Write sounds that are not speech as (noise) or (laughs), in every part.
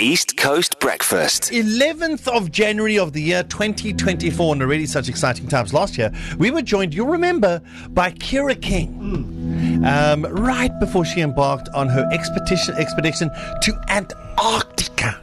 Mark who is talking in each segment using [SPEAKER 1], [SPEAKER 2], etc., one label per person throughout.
[SPEAKER 1] East Coast
[SPEAKER 2] (laughs)
[SPEAKER 1] Breakfast.
[SPEAKER 2] 11th of January of the year 2024, and already such exciting times. Last year, we were joined, you'll remember, by Kira King. Um, right before she embarked on her expedition, expedition to Antarctica.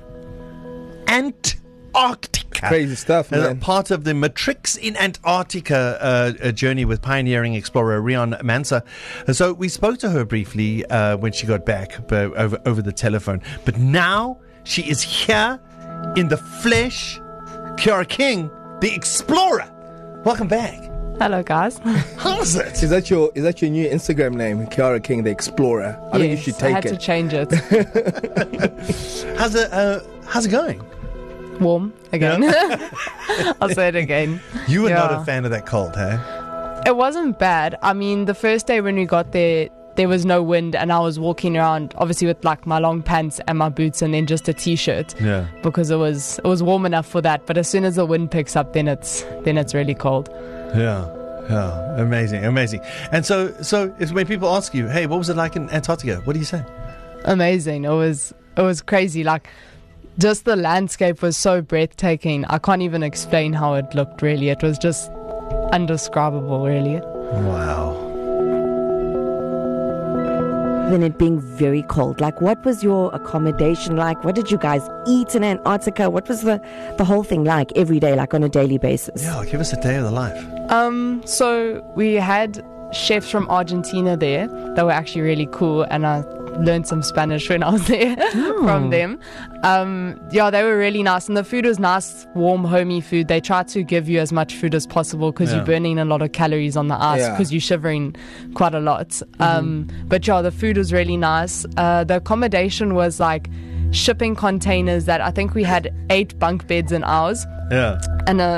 [SPEAKER 2] Antarctica.
[SPEAKER 3] Crazy stuff,
[SPEAKER 2] As a
[SPEAKER 3] man.
[SPEAKER 2] part of the Matrix in Antarctica uh, a journey with pioneering explorer Rion Mansa. So we spoke to her briefly uh, when she got back but over, over the telephone. But now she is here in the flesh. Kiara King, the explorer. Welcome back.
[SPEAKER 4] Hello, guys.
[SPEAKER 2] How's it?
[SPEAKER 3] Is that your is that your new Instagram name, Kiara King the Explorer? I think you should
[SPEAKER 4] I
[SPEAKER 3] take
[SPEAKER 4] had
[SPEAKER 3] it.
[SPEAKER 4] to change
[SPEAKER 3] (laughs)
[SPEAKER 4] it.
[SPEAKER 2] How's it, uh, how's it going?
[SPEAKER 4] Warm again. (laughs) I'll say it again.
[SPEAKER 2] You were not
[SPEAKER 4] Yeah.
[SPEAKER 2] a fan of that cold, hey?
[SPEAKER 4] It wasn't bad. I mean, the first day when we got there, there was no wind, and I was walking around, obviously with like my long pants and my boots, and then just a t-shirt.
[SPEAKER 2] Yeah.
[SPEAKER 4] Because it was it was warm enough for that. But as soon as the wind picks up, then it's then it's really cold.
[SPEAKER 2] Yeah. Yeah, amazing, amazing. And so, so it's when people ask you, "Hey, what was it like in Antarctica?" What do you say?
[SPEAKER 4] amazing. It was it was crazy. Like just the landscape was so breathtaking. I can't even explain how it looked really. It was just undescribable really.
[SPEAKER 2] Wow.
[SPEAKER 5] than it being very cold. Like, what was your accommodation like? What did you guys eat in Antarctica? What was the, the whole thing like every day, like on a daily basis?
[SPEAKER 2] Yeah, give us a day of the life.
[SPEAKER 4] Um so we had chefs from Argentina there that were actually really cool and I learned some Spanish when I was (laughs) there from them. Um yeah, they were really nice and the food was nice, warm, homey food. They try to give you as much food as possible cuz
[SPEAKER 2] Yeah.
[SPEAKER 4] you're burning a lot of calories on the ice
[SPEAKER 3] Yeah.
[SPEAKER 4] cuz you're shivering quite a lot. Um, But yeah, the food was really nice. Uh, the accommodation was like shipping containers that I think we had eight bunk beds in ours
[SPEAKER 2] Yeah.
[SPEAKER 4] and a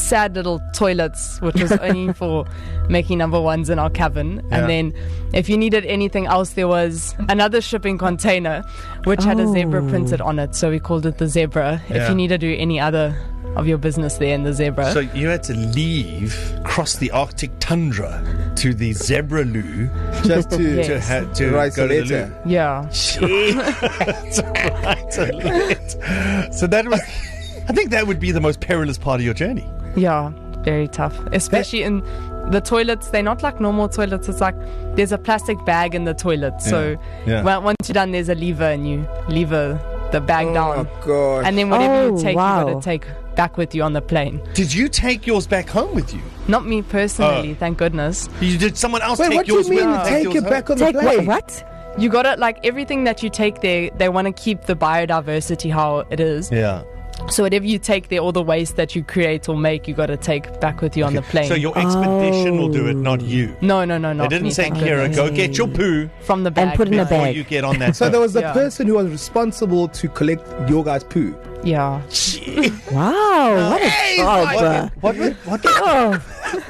[SPEAKER 4] sad little toilets, which was
[SPEAKER 2] (laughs)
[SPEAKER 4] only for making number ones in our cabin.
[SPEAKER 2] Yeah.
[SPEAKER 4] And then if you needed anything else, there was another shipping container which had a zebra printed on it. So we called it the zebra.
[SPEAKER 2] Oh. Yeah.
[SPEAKER 4] If you need to do any other of your business there in the zebra.
[SPEAKER 2] So you had to leave, cross the Arctic tundra to the zebra loo
[SPEAKER 3] Just to,
[SPEAKER 4] Yes.
[SPEAKER 2] to, ha- to
[SPEAKER 3] Right,
[SPEAKER 2] go
[SPEAKER 3] so
[SPEAKER 2] to the
[SPEAKER 3] later.
[SPEAKER 2] loo.
[SPEAKER 4] yeah.
[SPEAKER 2] (laughs) Right, (laughs) so late. So that was. I think that would be the most perilous part of your journey.
[SPEAKER 4] Yeah, very tough. Especially in the toilets, they're not like normal toilets. It's like there's a plastic bag in the toilet. So
[SPEAKER 2] yeah.
[SPEAKER 4] on- once you're done, there's a lever and you lever the bag
[SPEAKER 3] Oh
[SPEAKER 4] down.
[SPEAKER 3] god.
[SPEAKER 4] And then whatever
[SPEAKER 5] Oh,
[SPEAKER 4] you take, you
[SPEAKER 5] wow.
[SPEAKER 4] got to take back with you on the plane.
[SPEAKER 2] Did you take yours back home with you?
[SPEAKER 4] Not me
[SPEAKER 2] Oh.
[SPEAKER 4] personally, thank goodness.
[SPEAKER 2] You did someone else
[SPEAKER 3] Wait,
[SPEAKER 2] take
[SPEAKER 3] what do you
[SPEAKER 2] yours with
[SPEAKER 3] mean?
[SPEAKER 2] and
[SPEAKER 3] Take
[SPEAKER 2] yours
[SPEAKER 3] it
[SPEAKER 2] home?
[SPEAKER 3] back on the
[SPEAKER 5] Take
[SPEAKER 3] plane?
[SPEAKER 5] what? what?
[SPEAKER 4] You got to, like, everything that you take there, they want to keep the biodiversity how it is.
[SPEAKER 2] Yeah.
[SPEAKER 4] So whatever you take there, all the waste that you create or make, you got to take back with you on the plane.
[SPEAKER 2] So your expedition will do it,
[SPEAKER 3] Oh.
[SPEAKER 2] not you.
[SPEAKER 4] no, no, no, no.
[SPEAKER 2] They didn't say, Kira, go get your poo
[SPEAKER 4] From the bag.
[SPEAKER 5] And put in a
[SPEAKER 4] no.
[SPEAKER 5] bag.
[SPEAKER 2] before you get on that.
[SPEAKER 3] (laughs) So there was the
[SPEAKER 4] Yeah.
[SPEAKER 3] person who was responsible to collect your guys' poo.
[SPEAKER 4] Yeah.
[SPEAKER 5] Wow, what a job. uh.
[SPEAKER 2] What would, what, would,
[SPEAKER 5] Oh,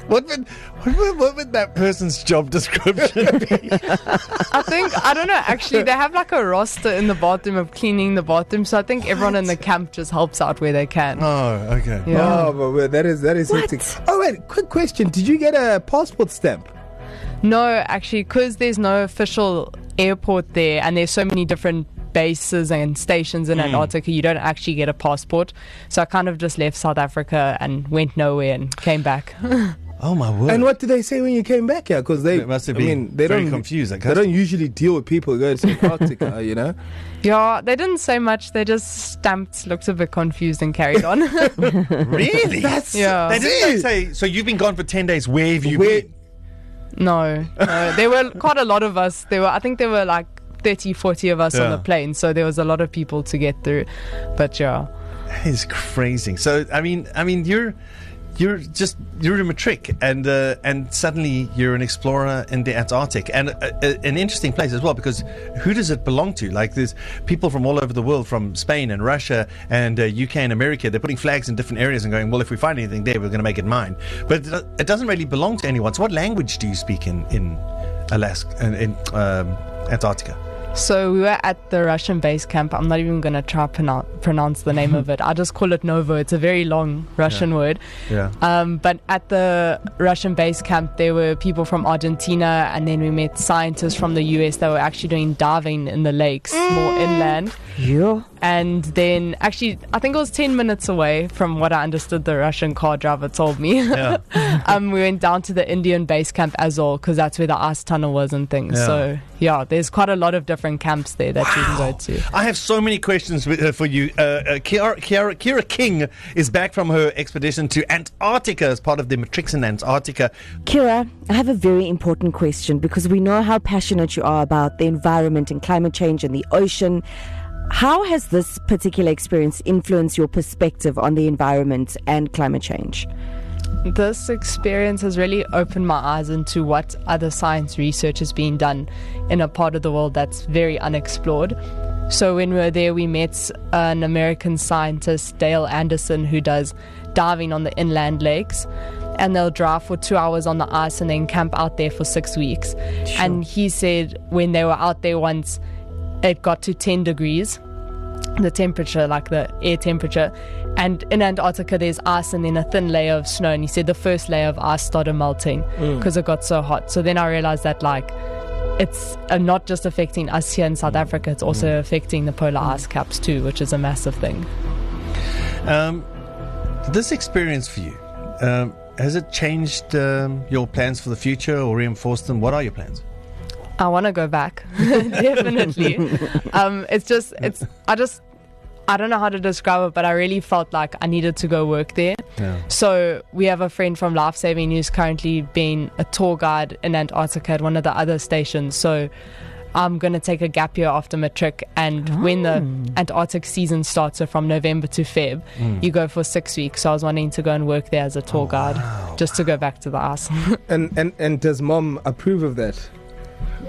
[SPEAKER 2] what, would, what, would, what would that person's job (laughs) description be?
[SPEAKER 4] I think I don't know. Actually, they have like a roster in the bathroom of cleaning the bathroom, so I think everyone in the camp just helps out where they can.
[SPEAKER 2] oh, okay.
[SPEAKER 4] Yeah.
[SPEAKER 3] Oh, but wait, that is that is
[SPEAKER 5] What?
[SPEAKER 3] hectic. Oh wait, quick question: Did you get a passport stamp?
[SPEAKER 4] No, actually, because there's no official airport there, and there's so many different bases and stations in Antarctica, you don't actually get a passport. So I kind of just left South Africa and went nowhere and came back.
[SPEAKER 2] Oh, my word.
[SPEAKER 3] And what did they say when you came back here? Because they
[SPEAKER 2] They must have
[SPEAKER 3] I mean,
[SPEAKER 2] been
[SPEAKER 3] they
[SPEAKER 2] very
[SPEAKER 3] don't
[SPEAKER 2] confused, I
[SPEAKER 3] They don't usually deal with people who go to Antarctica, you know.
[SPEAKER 4] yeah, they didn't say much. They just stamped, looked a bit confused, and carried on. (laughs)
[SPEAKER 2] really? That's
[SPEAKER 4] (laughs) Yeah.
[SPEAKER 2] They didn't say. So you've been gone for ten days. Where have you
[SPEAKER 3] Where-
[SPEAKER 2] been?
[SPEAKER 4] no, no, there were quite a lot of us. There were, I think, there were like 30, 40 of us on
[SPEAKER 2] Yeah.
[SPEAKER 4] the plane, so there was a lot of people to get through. But yeah.
[SPEAKER 2] That is crazy. So I mean, I mean, you're you're just you're in a trick, and uh, and suddenly you're an explorer in the Antarctic, and a, a, an interesting place as well because who does it belong to? Like there's people from all over the world, from Spain and Russia and uh, UK and America. They're putting flags in different areas and going, well, if we find anything there, we're going to make it mine. But it- it doesn't really belong to anyone. So what language do you speak in in Alaska in, in um, Antarctica?
[SPEAKER 4] So we were at the Russian base camp. I'm not even going to try pronounce pronounce the name of it. I just call it Novo. It's a very long Russian word.
[SPEAKER 2] Yeah.
[SPEAKER 4] Um, but at the Russian base camp, there were people from Argentina, and then we met scientists from the US that were actually doing diving in the lakes, more inland.
[SPEAKER 5] you.
[SPEAKER 4] And then, actually, I think it was 10 minutes away from what I understood the Russian car driver told me.
[SPEAKER 2] Yeah.
[SPEAKER 4] (laughs) um, we went down to the Indian base camp Azor because that's where the ice tunnel was and things.
[SPEAKER 2] Yeah.
[SPEAKER 4] So, yeah, there's quite a lot of different camps there that you can go to.
[SPEAKER 2] I have so many questions with, uh, for you. Uh, uh, Kiara, Kiara, Kira King is back from her expedition to Antarctica as part of the Matrix in Antarctica.
[SPEAKER 5] Kira, I have a very important question because we know how passionate you are about the environment and climate change and the ocean. How has this particular experience influenced your perspective on the environment and climate change?
[SPEAKER 4] This experience has really opened my eyes into what other science research is being done in a part of the world that's very unexplored. So, when we were there, we met an American scientist, Dale Anderson, who does diving on the inland lakes. And they'll drive for two hours on the ice and then camp out there for six weeks. And he said when they were out there once, it got to 10 degrees the temperature, like the air temperature. And in Antarctica, there's ice and then a thin layer of snow. And he said the first layer of ice started melting because it got so hot. So then I realized that, like, it's uh, not just affecting us here in South Africa, it's also affecting the polar ice caps too, which is a massive thing.
[SPEAKER 2] Um, this experience for you, um, has it changed um, your plans for the future or reinforced them? What are your plans?
[SPEAKER 4] I want to go back, (laughs) definitely. um, it's just, it's, I just, I don't know how to describe it, but I really felt like I needed to go work there.
[SPEAKER 2] Yeah.
[SPEAKER 4] So we have a friend from Life Saving who's currently being a tour guide in Antarctica at one of the other stations. So I'm going to take a gap year after matric, and when the Antarctic season starts, so from November to Feb, you go for six weeks. So I was wanting to go and work there as a tour guide, just to go back to the ice.
[SPEAKER 3] And, and, and does mom approve of that?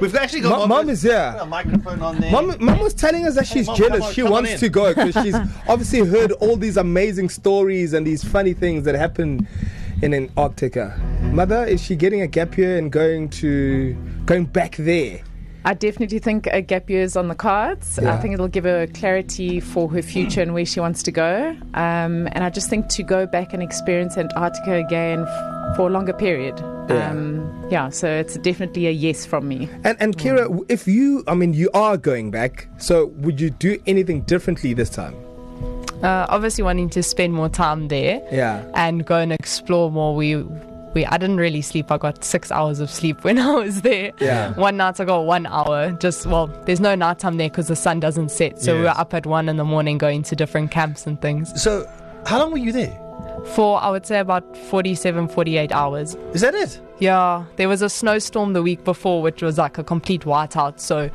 [SPEAKER 2] We've actually
[SPEAKER 3] got Mum- Mum is here.
[SPEAKER 2] A microphone on there.
[SPEAKER 3] Mom, mom was telling us that she's
[SPEAKER 2] Mom,
[SPEAKER 3] jealous.
[SPEAKER 2] come on,
[SPEAKER 3] she
[SPEAKER 2] come on
[SPEAKER 3] wants
[SPEAKER 2] in.
[SPEAKER 3] to go
[SPEAKER 2] (laughs)
[SPEAKER 3] because she's obviously heard all these amazing stories and these funny things that happen in Antarctica. Mother, is she getting a gap year and going to going back there?
[SPEAKER 6] I definitely think a gap year is on the cards.
[SPEAKER 3] Yeah.
[SPEAKER 6] I think it'll give her clarity for her future and where she wants to go. Um, and I just think to go back and experience Antarctica again f- for a longer period.
[SPEAKER 3] Yeah.
[SPEAKER 6] Um, yeah, so it's definitely a yes from me.
[SPEAKER 3] And and Kira,
[SPEAKER 2] Hmm.
[SPEAKER 3] w- if you, I mean, you are going back, so would you do anything differently this time?
[SPEAKER 4] uh, obviously, wanting to spend more time there.
[SPEAKER 3] Yeah.
[SPEAKER 4] and go and explore more. We we I didn't really sleep. I got six hours of sleep (laughs) when I was there.
[SPEAKER 3] Yeah.
[SPEAKER 4] One night I got one hour. Just well, there's no nighttime there because the sun doesn't set. So we
[SPEAKER 2] Yes.
[SPEAKER 4] were up at one in the morning going to different camps and things
[SPEAKER 2] So, how long were you there?
[SPEAKER 4] for I would say about 47, 48 hours.
[SPEAKER 2] Is that it?
[SPEAKER 4] Yeah, there was a snowstorm the week before, which was like a complete whiteout. So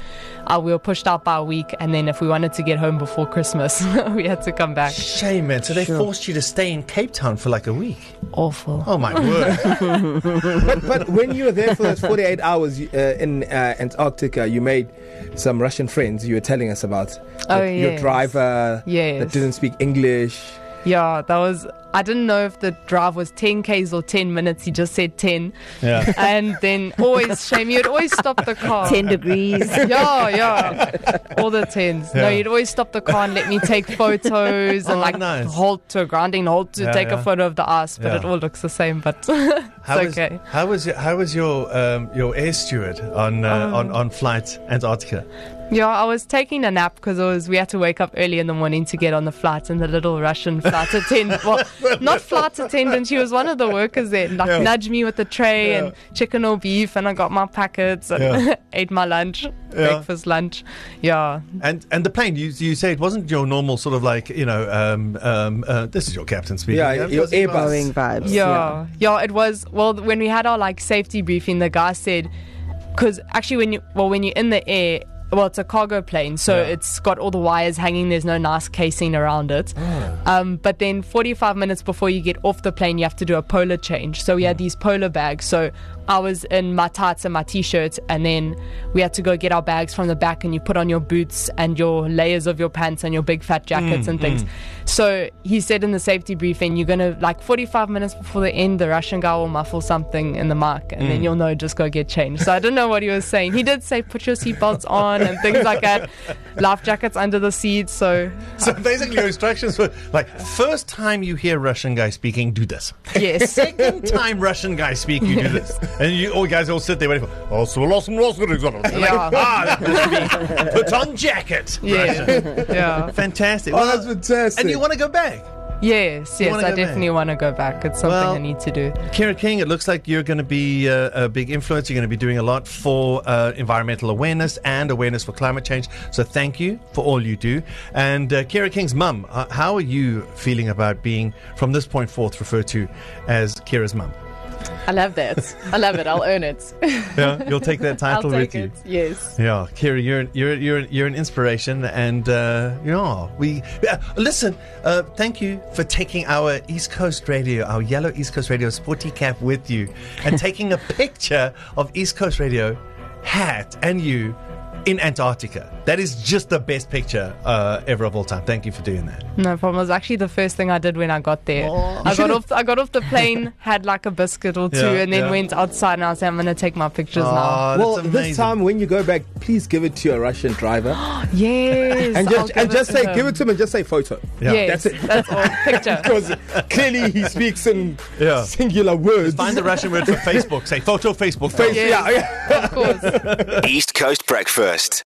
[SPEAKER 4] uh, we were pushed out by a week, and then if we wanted to get home before Christmas, (laughs) we had to come back.
[SPEAKER 2] Shame, man. So they forced you to stay in Cape Town for like a week.
[SPEAKER 4] Awful.
[SPEAKER 2] Oh my word!
[SPEAKER 3] But but when you were there for those 48 hours you- uh, in uh, Antarctica, you made some Russian friends. You were telling us about
[SPEAKER 4] Oh,
[SPEAKER 3] your- your
[SPEAKER 4] yes.
[SPEAKER 3] driver that
[SPEAKER 4] Yes.
[SPEAKER 3] didn't speak English.
[SPEAKER 4] Yeah, that was. I didn't know if the drive was 10 Ks or 10 minutes. He just said 10.
[SPEAKER 2] (laughs) Yeah.
[SPEAKER 4] And then always, shame, you'd always stop the car.
[SPEAKER 5] 10 degrees.
[SPEAKER 4] Yeah, yeah. All the 10s.
[SPEAKER 2] Yeah.
[SPEAKER 4] No, you'd always stop the car and let me take photos and
[SPEAKER 2] Oh,
[SPEAKER 4] like
[SPEAKER 2] nice.
[SPEAKER 4] hold to a grounding hold to
[SPEAKER 2] Yeah,
[SPEAKER 4] take
[SPEAKER 2] yeah.
[SPEAKER 4] a photo of the ice, but
[SPEAKER 2] Yeah.
[SPEAKER 4] it all looks the same. But it's
[SPEAKER 2] How was
[SPEAKER 4] okay.
[SPEAKER 2] how was your, how was your um, your air steward on uh,
[SPEAKER 3] Oh.
[SPEAKER 2] on on flight Antarctica?
[SPEAKER 4] Yeah, I was taking a nap because was we had to wake up early in the morning to get on the flight, and the little Russian flight
[SPEAKER 2] (laughs)
[SPEAKER 4] attendant, well, not flight attendant, she was one of the workers there, like
[SPEAKER 2] Yeah.
[SPEAKER 4] nudged me with the tray and chicken or beef, and I got my packets and
[SPEAKER 2] Yeah.
[SPEAKER 4] (laughs) ate my lunch, breakfast, lunch. Yeah,
[SPEAKER 2] And and the plane you you say it wasn't your normal sort of like you know um, um, uh, this is your captain speaking.
[SPEAKER 3] Yeah, your
[SPEAKER 2] because it
[SPEAKER 3] Airbus.
[SPEAKER 2] was-
[SPEAKER 5] Boeing vibes.
[SPEAKER 4] Yeah. yeah, It was well when we had our like safety briefing. The guy said, because actually when you well when you're in the air, well it's a cargo plane, so
[SPEAKER 2] Yeah.
[SPEAKER 4] it's got all the wires hanging. There's no nice casing around it.
[SPEAKER 2] Oh.
[SPEAKER 4] Um, but then 45 minutes before you get off the plane, you have to do a polar change. So we had these polar bags. So I was in my tights and my t-shirt, and then we had to go get our bags from the back, and you put on your boots and your layers of your pants and your big fat jackets and things. So he said in the safety briefing, you're gonna like 45 minutes before the end, the Russian guy will muffle something in the mic, and then you'll know. Just go get changed. So I don't know what he was saying. He did say put your seatbelts on and things like that, life jackets under the seat. So
[SPEAKER 2] (laughs) So basically, your instructions were like: first time you hear Russian guy speaking, do this.
[SPEAKER 3] (laughs)
[SPEAKER 4] yes.
[SPEAKER 2] Second time Russian guy speak, you do this. and you all guys all sit there waiting for. Oh, so lost and lost.
[SPEAKER 4] Yeah.
[SPEAKER 2] Ah, that
[SPEAKER 3] (laughs)
[SPEAKER 2] must be put on jacket.
[SPEAKER 4] Yeah. yeah.
[SPEAKER 2] Fantastic.
[SPEAKER 3] Oh, that's fantastic.
[SPEAKER 2] And you want to go back?
[SPEAKER 4] Yes, yes,
[SPEAKER 2] wanna
[SPEAKER 4] I
[SPEAKER 2] go back?
[SPEAKER 4] definitely want to go back. It's something
[SPEAKER 2] Well-
[SPEAKER 4] I need to do.
[SPEAKER 2] Kira King, it looks like you're going to be uh, a big influence. You're going to be doing a lot for uh, environmental awareness and awareness for climate change. So thank you for all you do. And uh, Kira King's mum, uh, how are you feeling about being, from this point forth, referred to as Kira's
[SPEAKER 6] (laughs)
[SPEAKER 2] mum?
[SPEAKER 6] I love that. I love it. I'll earn it.
[SPEAKER 2] Yeah, you'll take that
[SPEAKER 6] I'll
[SPEAKER 2] title with
[SPEAKER 6] take
[SPEAKER 2] you.
[SPEAKER 6] it. Yes.
[SPEAKER 2] Yeah, Kira, you're you're you're you're an inspiration, and uh, yeah, we yeah, listen. Uh, thank you for taking our East Coast Radio, our yellow East Coast Radio sporty cap with you, and taking a picture of East Coast Radio hat and you in Antarctica. That is just the best picture uh, ever of all time. Thank you for doing that.
[SPEAKER 4] No problem. It was actually the first thing I did when I got there. I got off. I got off
[SPEAKER 3] (laughs)
[SPEAKER 4] the plane, had like a biscuit or two,
[SPEAKER 2] Yeah,
[SPEAKER 4] and then
[SPEAKER 2] yeah.
[SPEAKER 4] went outside. And I was like, I'm gonna take my pictures
[SPEAKER 2] Aw, Oh, Ah, that's
[SPEAKER 3] well,
[SPEAKER 2] amazing.
[SPEAKER 3] this time when you go back, please give it to your Russian
[SPEAKER 4] (gasps)
[SPEAKER 3] driver
[SPEAKER 4] now. Yes.
[SPEAKER 3] and
[SPEAKER 4] I'll
[SPEAKER 3] just
[SPEAKER 4] give
[SPEAKER 3] and just
[SPEAKER 4] to
[SPEAKER 3] say
[SPEAKER 4] him.
[SPEAKER 3] give it to him and just say photo.
[SPEAKER 2] Yeah.
[SPEAKER 4] Yes,
[SPEAKER 3] That's it. (laughs)
[SPEAKER 4] that's all. Picture.
[SPEAKER 3] Because clearly he speaks in
[SPEAKER 2] (laughs) Yeah.
[SPEAKER 3] singular words.
[SPEAKER 2] Find the Russian
[SPEAKER 3] (laughs)
[SPEAKER 2] word for Facebook. Say photo Facebook.
[SPEAKER 3] Face-
[SPEAKER 4] Yes.
[SPEAKER 3] yeah.
[SPEAKER 4] of course.
[SPEAKER 1] East Coast Breakfast.